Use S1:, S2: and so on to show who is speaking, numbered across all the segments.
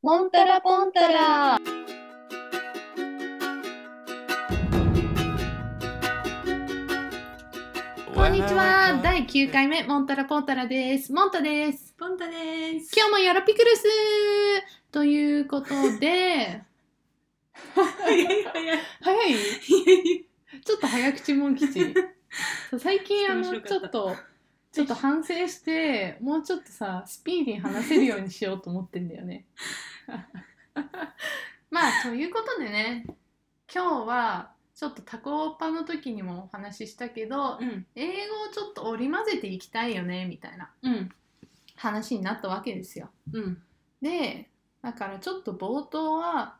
S1: ポンタラポンタラ。こんにちは。第9回目、モンタラポンタラです。モンタです。
S2: ポンタです。
S1: 今日もよろぴくるすということで、
S2: 早い早い。
S1: 早いちょっと早口もん吉。そう最近あ
S2: ちょ
S1: の
S2: っと面白
S1: ち
S2: か
S1: ょ
S2: った
S1: っとちょっと反省してもうちょっとさスピーディーに話せるようにしようと思ってんだよね。まあということでね今日はちょっとタコパの時にもお話ししたけど
S2: うん
S1: 英語をちょっと織り交ぜていきたいよねみたいな
S2: うん
S1: 話になったわけですよ。
S2: うん
S1: でだからちょっと冒頭は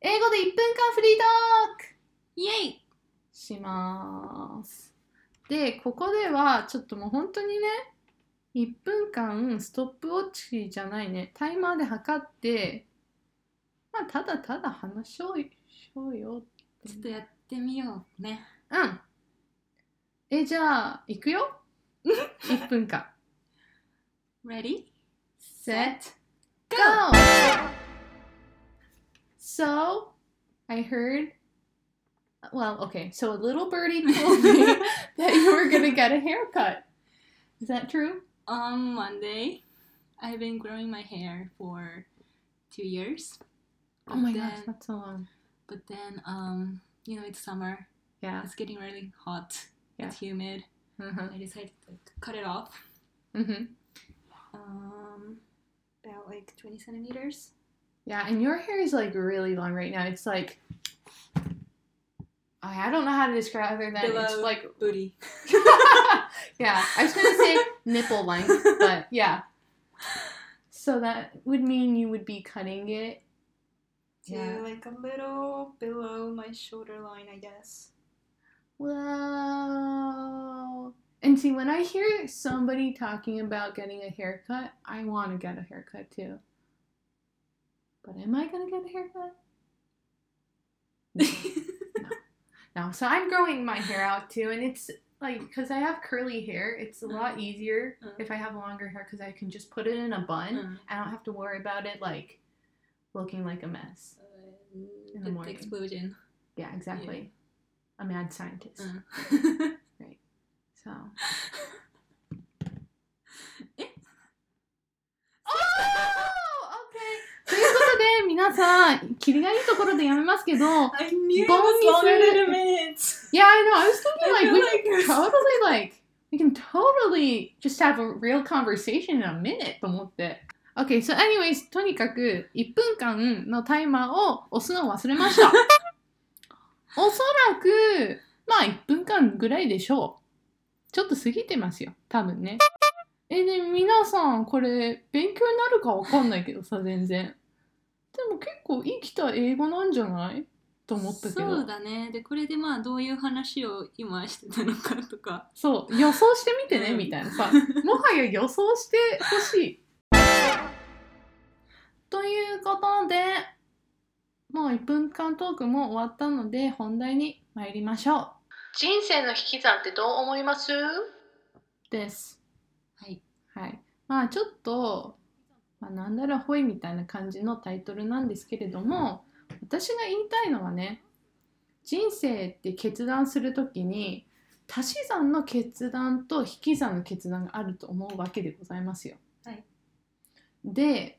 S1: 英語で1分間フリートーク
S2: イエイ。
S1: します。で、ここではちょっともう本当にね、1分間ストップウォッチじゃないね、タイマーで測って、まあ、ただただ話しようしようよって
S2: ちょっとやってみようね。
S1: うん。え、じゃあ、行くよ ?1 分間。
S2: Ready?
S1: set, go. So I heard. Well, okay. So a little birdie told me that you were gonna get a haircut. Is that true?
S2: On Monday, I've been growing my hair for two years.
S1: Oh my
S2: But
S1: gosh,
S2: then-
S1: that's so long.
S2: But then, um, you know, it's summer.
S1: Yeah.
S2: It's getting really hot.
S1: Yeah.
S2: It's humid.
S1: Uh-huh.
S2: I decided to cut it off.
S1: Mm-hmm.
S2: Um, about like 20 centimeters.
S1: Yeah, and your hair is like really long right now. It's like I I don't know how to describe it other than it's
S2: Below.
S1: like
S2: Booty.
S1: yeah, I was gonna say nipple length, but yeah. So that would mean you would be cutting it.
S2: to like a little below my shoulder line, I guess.
S1: Wow. And see, when I hear somebody talking about getting a haircut, I want to get a haircut too. But am I gonna get a haircut? No. No, so I'm growing my hair out too, and it's like because I have curly hair, it's a lot easier
S2: Mm.
S1: if I have longer hair because I can just put it in a bun.
S2: Mm.
S1: I don't have to worry about it like looking like a mess. the
S2: the
S1: morning.
S2: explosion.
S1: Yeah, exactly. A mad scientist.
S2: Uh-huh.
S1: So. Oh, okay. ということで皆さん、霧がいいところでやめますけど、yeah,
S2: I knew
S1: it was longer than a
S2: minute.
S1: I know. I was thinking
S2: I
S1: like
S2: feel
S1: we
S2: like
S1: can
S2: you're-
S1: totally like we can totally just have a real conversation in a minute と思って。Okay, so anyways, とにかく1分間のタイマーを押すのを忘れました。おそらく、まあ1分間ぐらいでしょう。ちょっと過ぎてますよ、多分ね。え、で、皆さん、これ、勉強になるかわかんないけどさ、全然。でも結構生きた英語なんじゃないと思ったけど。
S2: そうだね。で、これでまあどういう話を今してたのかとか。
S1: そう予想してみてね
S2: うん
S1: みたいなさもはや予想してほしい。 ということでもう1分間トークも終わったので本題に参りましょう。人生の引き算ってどう思いますです。
S2: はい。
S1: はい。まあちょっと、まあ、なんだらほいみたいな感じのタイトルなんですけれども私が言いたいのはね人生って決断するときに足し算の決断と引き算の決断があると思うわけでございますよ。
S2: はい
S1: で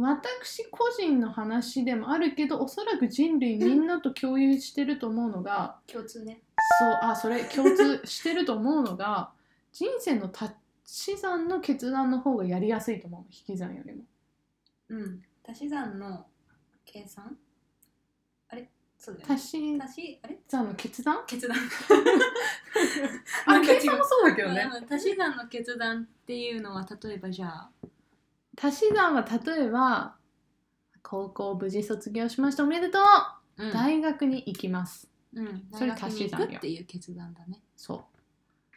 S1: 私個人の話でもあるけどおそらく人類みんなと共有してると思うのが
S2: 共通ね。
S1: そうあそれ共通してると思うのが人生の足し算の決断の方がやりやすいと思う引き算よりも。
S2: うん。足し算の計算あれそうだよ、ね。
S1: 足し
S2: 足し、あれ
S1: 算の決断
S2: 決断。
S1: あ
S2: なんか違う
S1: 計算もそうだけどね。
S2: まあ足し算の決断っていうのは例えばじゃあ。
S1: 足し算は例えば高校無事卒業しましたおめでとう、
S2: うん
S1: 大学に行きます。
S2: うん、
S1: それ足し算よ
S2: 大学に行くっていう決断だね。
S1: そう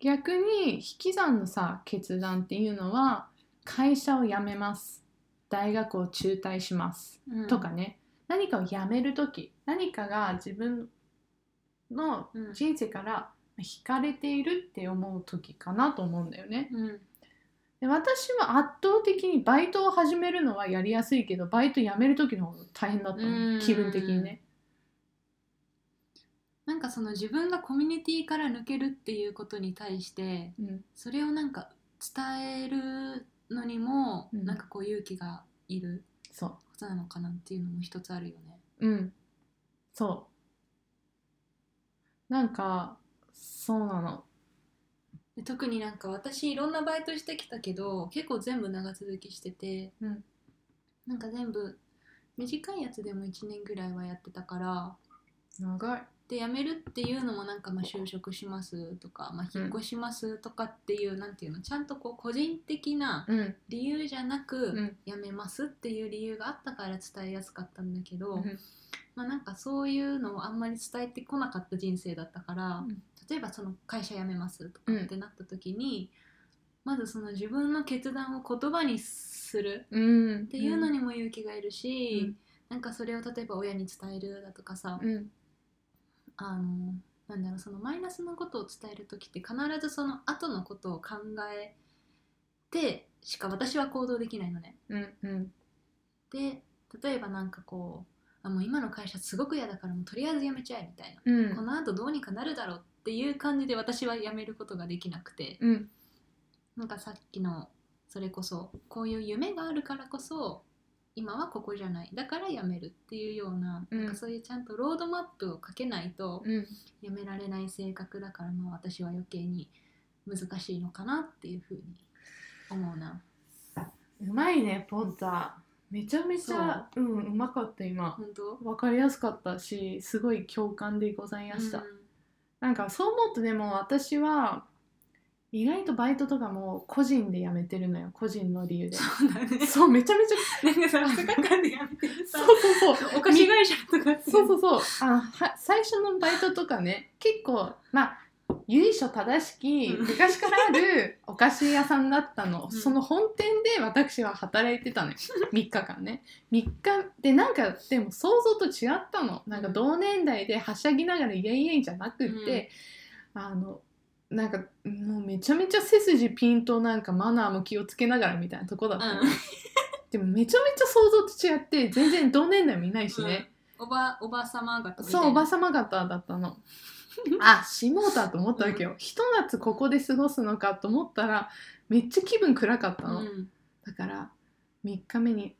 S1: 逆に引き算のさ決断っていうのは会社を辞めます大学を中退します、
S2: うん
S1: とかね何かを辞める時何かが自分の
S2: うん
S1: 人生から惹かれているって思う時かなと思うんだよね。
S2: うん
S1: で私は圧倒的にバイトを始めるのはやりやすいけどバイト辞める時の方が大変だった
S2: う
S1: の
S2: ん
S1: 気分的にね
S2: なんかその自分がコミュニティから抜けるっていうことに対して
S1: うん
S2: それをなんか伝えるのにも、
S1: うん
S2: なんかこう勇気がいる
S1: そ
S2: ことなのかなっていうのも一つあるよね。
S1: ううんそうなんかそうなの
S2: で特になんか私いろんなバイトしてきたけど結構全部長続きしてて、
S1: うん
S2: なんか全部短いやつでも1年ぐらいはやってたから
S1: 長い
S2: で辞めるっていうのもなんかまあ就職しますとか、まあ、
S1: うん
S2: 引っ越しますとかっていう、なんていうのちゃんとこう個人的な
S1: うん
S2: 理由じゃなく、
S1: うん
S2: 辞めますっていう理由があったから伝えやすかったんだけど、
S1: うん
S2: まあ、なんかそういうのをあんまり伝えてこなかった人生だったから、
S1: うん
S2: 例えばその会社辞めますとかってなった時に、まずその自分の決断を言葉にする
S1: うんっ
S2: っていうのにも勇気がいるし、
S1: うん
S2: なんかそれを例えば親に伝えるだとかさ、
S1: うん
S2: あのなんだろうそのマイナスのことを伝える時って必ずその後のことを考えてしか私は行動できないのね。
S1: うんうん
S2: で例えばなんかこうあもう今の会社すごく嫌だからもうとりあえず辞めちゃえみたいな、
S1: う
S2: こ
S1: ん
S2: のあとどうにかなるだろうっていう感じで私は辞めることができなくて
S1: うん
S2: なんかさっきのそれこそこういう夢があるからこそ今はここじゃないだから辞めるっていうような,、
S1: うん
S2: なんかそういうちゃんとロードマップをかけないと
S1: うん
S2: 辞められない性格だからまあ私は余計に難しいのかなっていうふうに思うな
S1: うまいねポンタめちゃめちゃうんうまかった今
S2: 本当
S1: わかりやすかったしすごい共感でございました、なんかそう思うとでも私は意外とバイトとかも個人で辞めてるのよ個人の理由で
S2: うんそうだね
S1: そうめちゃめちゃ
S2: なんかさ、2日間でやめてるさ
S1: そ、うそうそう
S2: お菓子会社とかって。
S1: そうそうそうあのは最初のバイトとかね結構まあ由緒正しき
S2: うん
S1: 昔からあ るお菓子屋さんだったの、
S2: ん
S1: その本店で私は働いて たのよ3日間ね3日でなんかでも想像と違ったのなんか同年代ではしゃぎながらイエイイエイじゃなくって、あのなんかもうめちゃめちゃ背筋ピンとなんかマナーも気をつけながらみたいなとこだったの、
S2: うん
S1: でもめちゃめちゃ想像と違って全然同年代もいないしね、
S2: おば、おばさま方みたいな。
S1: そうおばさま方だった のあしもうたと思ったわけよ、ひと夏ここで過ごすのかと思ったらめっちゃ気分暗かったの、
S2: うん。
S1: だから3日目に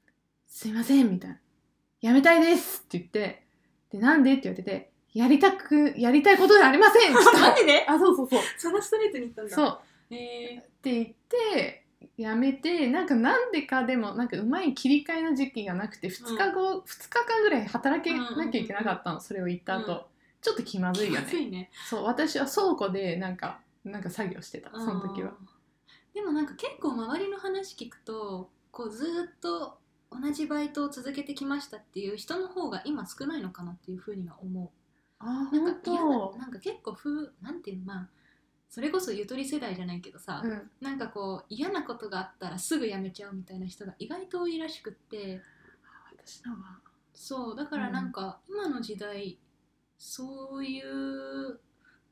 S1: 「すいません」みたいな「やめたいです」って言って「でなんで?」って言われて「やりたくやりたいことじゃありません」って言った
S2: マ
S1: の
S2: ジで
S1: あそうそうそう
S2: そのストレートに行ったんだ。。
S1: そううって言ってやめてなんかなんでかでもなんかうまい切り替えの時期がなくて2日後、2日間ぐらい働けなきゃいけなかったの、それを言った後、
S2: うん
S1: ちょっと気まずいよ
S2: 暑
S1: ね
S2: いね。
S1: そう私は倉庫でなんかなんか作業してたその時は
S2: あー。でもなんか結構周りの話聞くと、こうずーっと同じバイトを続けてきましたっていう人の方が今少ないのかなっていうふうには思
S1: あ
S2: う。なん
S1: 本
S2: か嫌
S1: 当
S2: な、なんか結構ふ、なんていうの、まあ、それこそゆとり世代じゃないけどさ、
S1: うん
S2: なんかこう嫌なことがあったらすぐ辞めちゃうみたいな人が意外と多いらしくって
S1: 私のは
S2: そうだからなんか今の時代そういう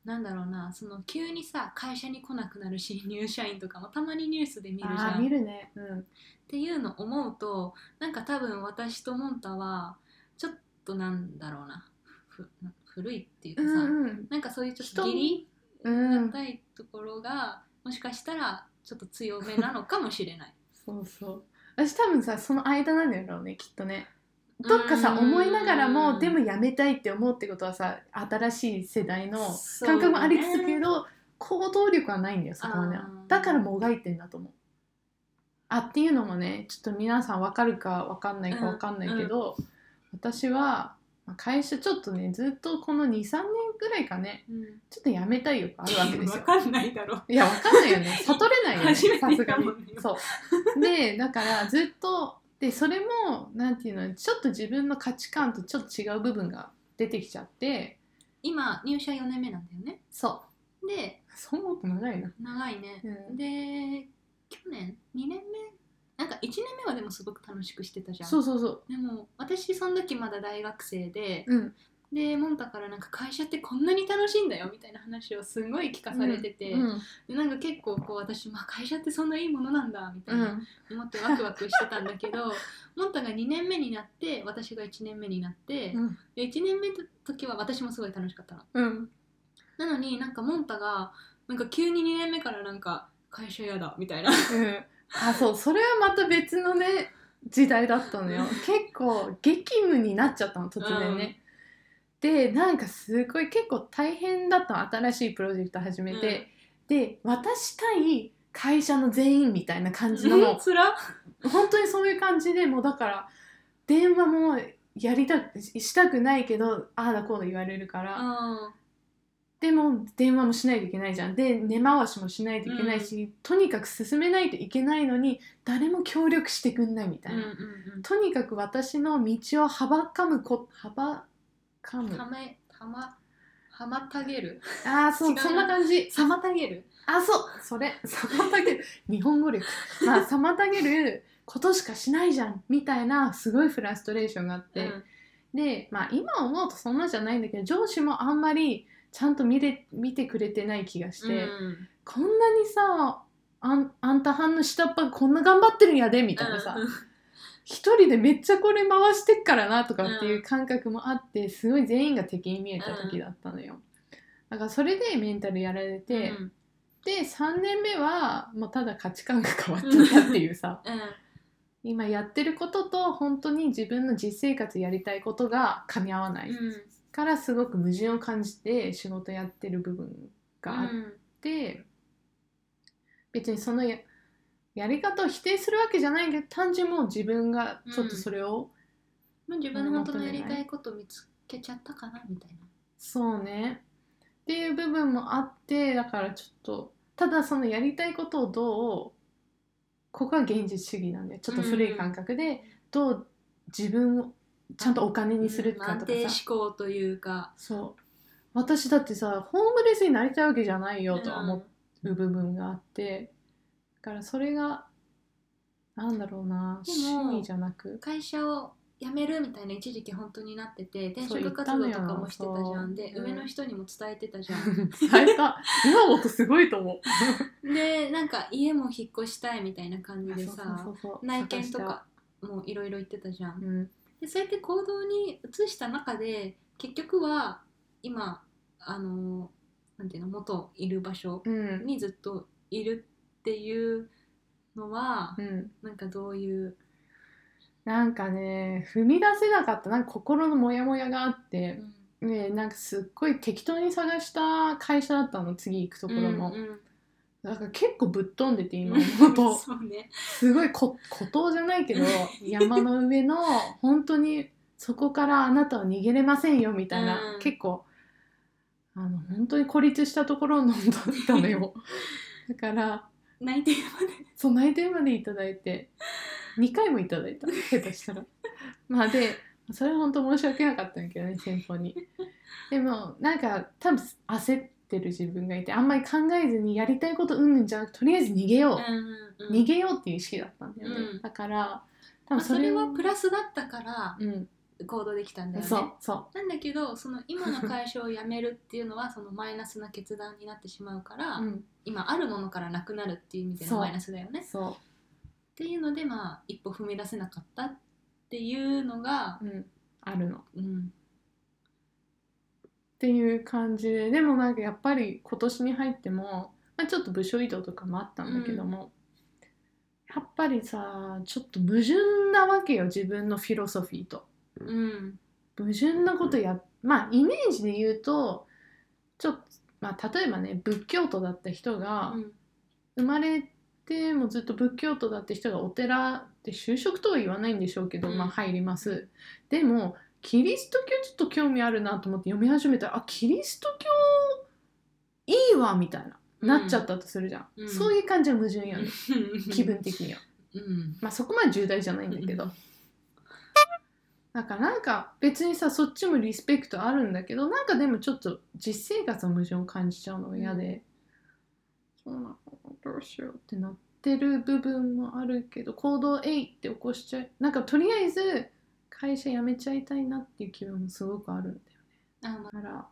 S2: なんだろうなその急にさ会社に来なくなる新入社員とかもたまにニュースで見るじ
S1: あ
S2: ゃ
S1: ー見
S2: んっ
S1: るねうん
S2: ていうの思うとなんか多分私とモンタはちょっとなんだろうなふ古いっていうか
S1: う
S2: さ、
S1: んうん
S2: なんかそういうちょっ
S1: 人
S2: と義理
S1: うん
S2: たいところが、もしかしたらちょっと強めなのかもしれない。
S1: そうそう私多分さその間なんだろうねきっとねどっかさ
S2: うん
S1: 思いながらもでもやめたいって思うってことはさ新しい世代の
S2: そうね
S1: 感覚もありつつけど、行動力はないんだよそこまでは
S2: あー
S1: だからもがいてんだと思う。あっていうのもねちょっと皆さん分かるか分かんないか分かんないけど、私はまあ会社ちょっとねずっとこの23年ぐらいかね
S2: うん
S1: ちょっとやめたい欲あるわけですよ
S2: わ。かんないだ ろう。
S1: いや、わかんないよね。悟れないよね。
S2: 初めて
S1: さ
S2: 言
S1: す
S2: っ
S1: が
S2: た
S1: に
S2: もんね。
S1: そう。で、だからずっと、で、それも、なんていうの、ちょっと自分の価値観とちょっと違う部分が出てきちゃって、
S2: 今入社4年目なんだよね。
S1: そ
S2: で
S1: う。そう思うと長いな。
S2: 長いね
S1: う。ん
S2: で去年2年目なんか1年目はでもすごく楽しくしてたじゃん。
S1: そうそうそう。
S2: でも私その時まだ大学生で
S1: うん。
S2: でモンタからなんか会社ってこんなに楽しいんだよみたいな話をすごい聞かされてて、
S1: うん
S2: でなんか結構こう私、まあ、会社ってそんないいものなんだみた
S1: う
S2: い
S1: ん
S2: な思ってワクワクしてたんだけど モンタが2年目になって私が1年目になって
S1: うん
S2: で1年目の時は私もすごい楽しかったの。
S1: うん
S2: なのになんかモンタがなんか急に2年目からなんか会社やだみたいな
S1: うんあそうそれはまた別のね時代だったのよ結構激務になっちゃったの突然ね、でなんかすごい結構大変だったの新しいプロジェクト始めて、で私対会社の全員みたいな感じの
S2: うん
S1: も
S2: つら
S1: う本当にそういう感じでもうだから電話もやりたくししたくないけどああだこうだ言われるから、
S2: うん
S1: でも電話もしないといけないじゃんで根回しもしないといけないし、とにかく進めないといけないのに誰も協力してくんないみた
S2: う
S1: い
S2: ん
S1: な、
S2: うん
S1: とにかく私の道をはばかむこはばか
S2: うん
S1: む
S2: はめはまはまた げる
S1: ああそ
S2: 違う
S1: う
S2: な
S1: そんな感じ
S2: 妨げる
S1: あそうそれ 妨げる日本語力まあ妨げることしかしないじゃんみたいなすごいフラストレーションがあって、
S2: うん
S1: で、まあ、今思うとそんなじゃないんだけど上司もあんまりちゃんと見れ見てくれてない気がして。
S2: うん
S1: こんなにさあんあんたはんの下っ端こんな頑張ってるんやでみたいなさ、
S2: うん
S1: 一人でめっちゃこれ回してっからなとかっていう感覚もあってすごい全員が敵に見えた時だったのよ、だからそれでメンタルやられて、
S2: うん
S1: で3年目はもうただ価値観が変わっちゃったっていうさ
S2: うん
S1: 今やってることと本当に自分の実生活やりたいことが噛み合わない、
S2: うん
S1: からすごく矛盾を感じて仕事やってる部分があっ
S2: うん
S1: って別にそのややり方を否定するわけじゃないけど単純にもう自分がちょっとそれを、
S2: まあ自分の本当のやりたいこと見つけちゃったかなみたいな
S1: そうねっていう部分もあってだからちょっとただそのやりたいことをどうここは現実主義なんでちょっと古い感覚でどう自分をちゃんとお金にするかと
S2: 安
S1: か
S2: 定
S1: さ
S2: 思考というか
S1: そう私だってさホームレスになりたいわけじゃないよとは思っ
S2: う
S1: う部分があってだからそれがなんだろうな
S2: でも
S1: 趣味じゃなく
S2: ん会社を辞めるみたいな一時期本当になってて転
S1: そう
S2: 職活動とかもしてた
S1: 言
S2: じ
S1: った
S2: ゃ
S1: のよ
S2: んで
S1: そう
S2: 上の人にも伝えてたじゃん
S1: 伝えた今もとすごいと思う
S2: でなんか家も引っ越したいみたいな感じ
S1: あ
S2: で
S1: そうそうそ
S2: さ
S1: うそう
S2: 内見とかもいろいろ言ってたじゃん
S1: 探したうん
S2: でそうやって行動に移した中で結局は今あのなんていうの元いる場所
S1: うん
S2: にずっといるっていうのは
S1: うん
S2: なんかどういう
S1: なんかね踏み出せなかったなんか心のモヤモヤがあっ
S2: う
S1: て、
S2: ん
S1: ね、なんかすっごい適当に探した会社だったの次行くところも、
S2: うん
S1: だから結構ぶっ飛んでて
S2: うん
S1: 今 思うと
S2: そうね
S1: すごいこ孤島じゃないけど山の上の本当にそこからあなたは逃げれませんよみたいな、
S2: うん
S1: 結構あの本当に孤立したところを飲んだったの よだから
S2: 泣いてるまで
S1: そう内定までいただいて2回もいただいた下手したらまあでそれは本当申し訳なかったんだけどね先方にでもなんか多分焦ってる自分がいてあんまり考えずにやりたいことうんぬんじゃなくとりあえず逃げよう、
S2: うんうん
S1: 逃げようっていう意識だったんだよね、
S2: うん
S1: だから多
S2: まあ
S1: 分
S2: そ
S1: そ
S2: れ
S1: れ
S2: はプラスだったから
S1: うん、
S2: 行動できたんだよね
S1: そうそ
S2: なんだけどその今の会社を辞めるっていうの はそのマイナスな決断になってしまうから、
S1: う、うん、
S2: 今あるものからなくなるっていう意味で
S1: そ
S2: の
S1: う
S2: マイナスだよね。っ
S1: そ
S2: ていうのでまあ一歩踏み出せなかったっていうのが
S1: う、、うん、あるのっ
S2: うん、
S1: ていう感じででもなんかやっぱり今年に入っても、まあ、ちょっと部署移動とかもあったんだけども、やっぱりさちょっと矛盾なわけよ自分のフィロソフィーと。
S2: うん、
S1: 矛盾なことやまあイメージで言うとちょっと、まあ、例えばね仏教徒だった人が、
S2: うん、
S1: 生まれてもずっと仏教徒だって人がお寺で就職とは言わないんでしょうけど、
S2: うん
S1: まあ入りますでもキリスト教ちょっと興味あるなと思って読み始めたらあキリスト教いいわみたいななっちゃったとするじゃん、
S2: うん
S1: そういう感じの矛盾やね、気
S2: 気
S1: 分的には
S2: うん、
S1: まあそこまで重大じゃないんだけど、なんかなんか別にさそっちもリスペクトあるんだけどなんかでもちょっと実生活の矛盾を感じちゃうのが嫌で、そうなのどうしようってなってる部分もあるけど行動えいって起こしちゃいなんかとりあえず会社辞めちゃいたいなっていう気分もすごくあるんだよね
S2: あま
S1: だから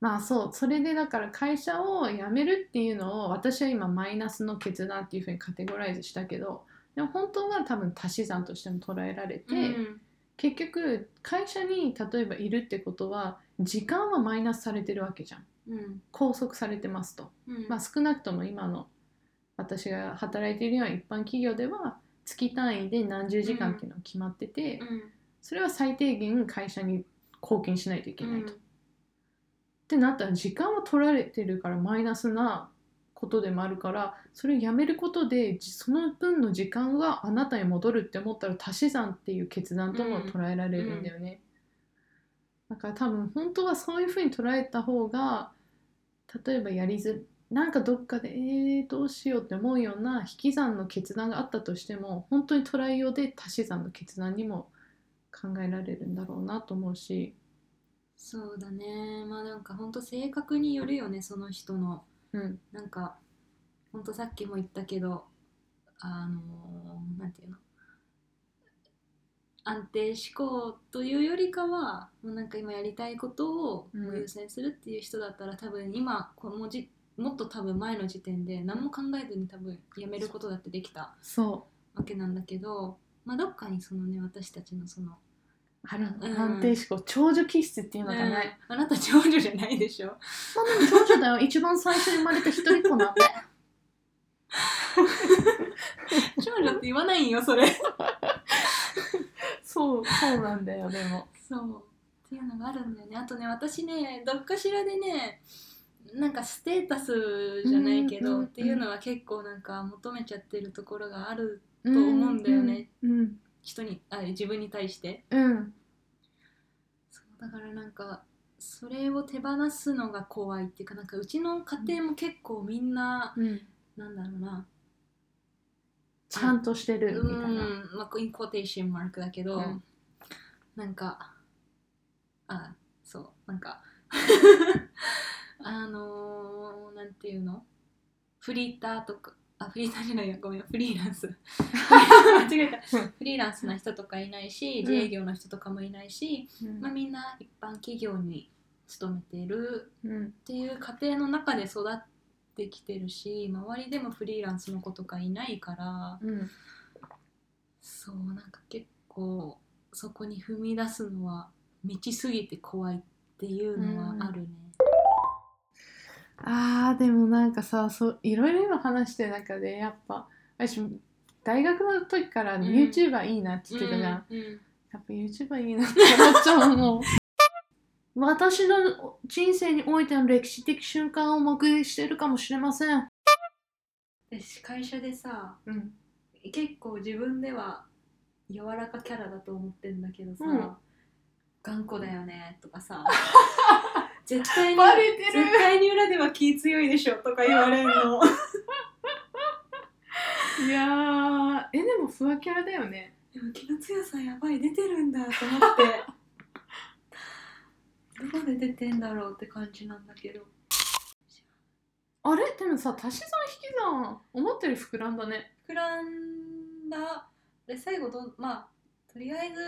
S1: まあそうそれでだから会社を辞めるっていうのを私は今マイナスの決断っていうふうにカテゴライズしたけどでも本当は多分足し算としても捉えられて、
S2: うん
S1: 結局会社に例えばいるってことは時間はマイナスされてるわけじゃん
S2: うん
S1: 拘束されてますと、
S2: うん
S1: まあ、少なくとも今の私が働いているような一般企業では月単位で何十時間っていうのが決まってて、
S2: うん
S1: それは最低限会社に貢献しないといけないと。
S2: う
S1: っ
S2: ん
S1: てなったら時間は取られてるからマイナスなことでもあるからそれをやめることでじその分の時間があなたに戻るって思ったら足し算っていう決断とも捉えられるんだよね。だから多分本当はそういうふうに捉えた方が例えばやりづなんかどっかでえー、どうしようって思うような引き算の決断があったとしても本当に捉えようで足し算の決断にも考えられるんだろうなと思うし。
S2: そうだねまあなんかほんと性格によるよねその人の
S1: うん
S2: なんかほんとさっきも言ったけどあのーなんていうの安定志向というよりかはもうなんか今やりたいことを
S1: うん
S2: 優先するっていう人だったら、多分今このじもっと多分前の時点で何も考えずに多分やめることだってできた
S1: そう
S2: わけなんだけど、まあ、どっかにそのね私たちのその
S1: ある
S2: うん
S1: 安定志向、長女気質っていうのがない、
S2: ねあなた長女じゃないでしょ
S1: そんなの長女だよ一番最初に生まれた一人っ子なん で
S2: 長女って言わないんよそれ
S1: そうそうなんだよでも
S2: そうっていうのがあるんだよねあとね私ねどっかしらでねなんかステータスじゃないけ
S1: うんうん
S2: ど
S1: うん
S2: っていうのは結構なんか求めちゃってるところがある思うんだよね
S1: うん
S2: 人にあ自分に対して
S1: うん、うん
S2: そうだからなんかそれを手放すのが怖いっていうかなんかうちの家庭も結構みんな、なんだろうな
S1: ちゃんとしてる
S2: う
S1: みたいな、
S2: んまあこうインコーテーションマークだけど、
S1: うん
S2: なんかあそうなんか あのー、なんていうのフリーターとかあフリーターじゃないやごめんフリーランス 間違えたフリーランスな人とかいないし
S1: うん
S2: 自営業の人とかもいないし、
S1: うん
S2: まあ、みんな一般企業に勤めている
S1: うん
S2: っていう家庭の中で育ってきてるし周りでもフリーランスの子とかいないから
S1: うん
S2: そうなんか結構そこに踏み出すのは道すぎて怖いっていうのはあるね。
S1: あーでもなんかさそういろいろ今話してる中でやっぱ私大学の時から
S2: ん
S1: YouTuber いいなって言ってたじゃん、
S2: うんうん
S1: やっぱ YouTuber いいなって思っちゃうもう 私の人生においての歴史的瞬間を目撃しているかもしれません。
S2: 私会社でさ
S1: うん。
S2: 結構自分では柔らかキャラだと思ってんだけどさ、
S1: うん
S2: 頑固だよねとか さ絶対に
S1: バレてる
S2: 絶対に裏では気強いでしょとか言われるの。
S1: いやー、え、でもふわキャラだよね。
S2: でも気の強さやばい出てるんだと思 ってどこで出てんだろうって感じなんだけど
S1: あれでもさ、足し算引き算、思ったより膨らんだね。
S2: 膨らんだで最後どんまあとりあえず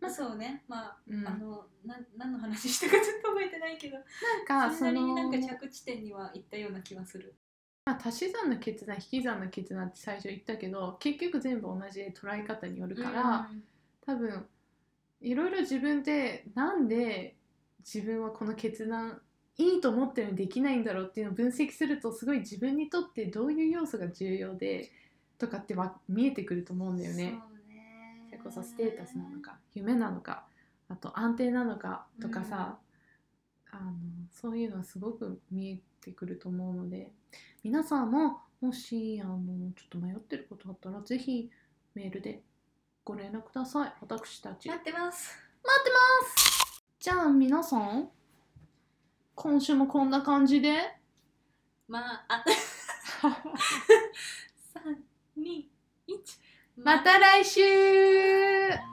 S2: まあそうねまあ、
S1: うん
S2: あのなん何の話したかちょっと覚えてないけど
S1: なんか、
S2: そ
S1: そ
S2: れなり
S1: の
S2: になんか着地点には行ったような気はする
S1: まあ、足し算の決断、引き算の決断って最初言ったけど、結局全部同じ捉え方によるから、多分いろいろ自分でなんで自分はこの決断いいと思ってるのにできないんだろうっていうのを分析するとすごい自分にとってどういう要素が重要でとかってわ見えてくると思うんだよね。
S2: そう
S1: それこそステータスなのか夢なのかあと安定なのかとかさ、あのそういうのはすごく見えてくると思うので皆さんももしあのちょっと迷ってることあったらぜひメールでご連絡ください私たち
S2: 待ってます
S1: じゃあ皆さん今週もこんな感じ で
S2: まあ321
S1: また来週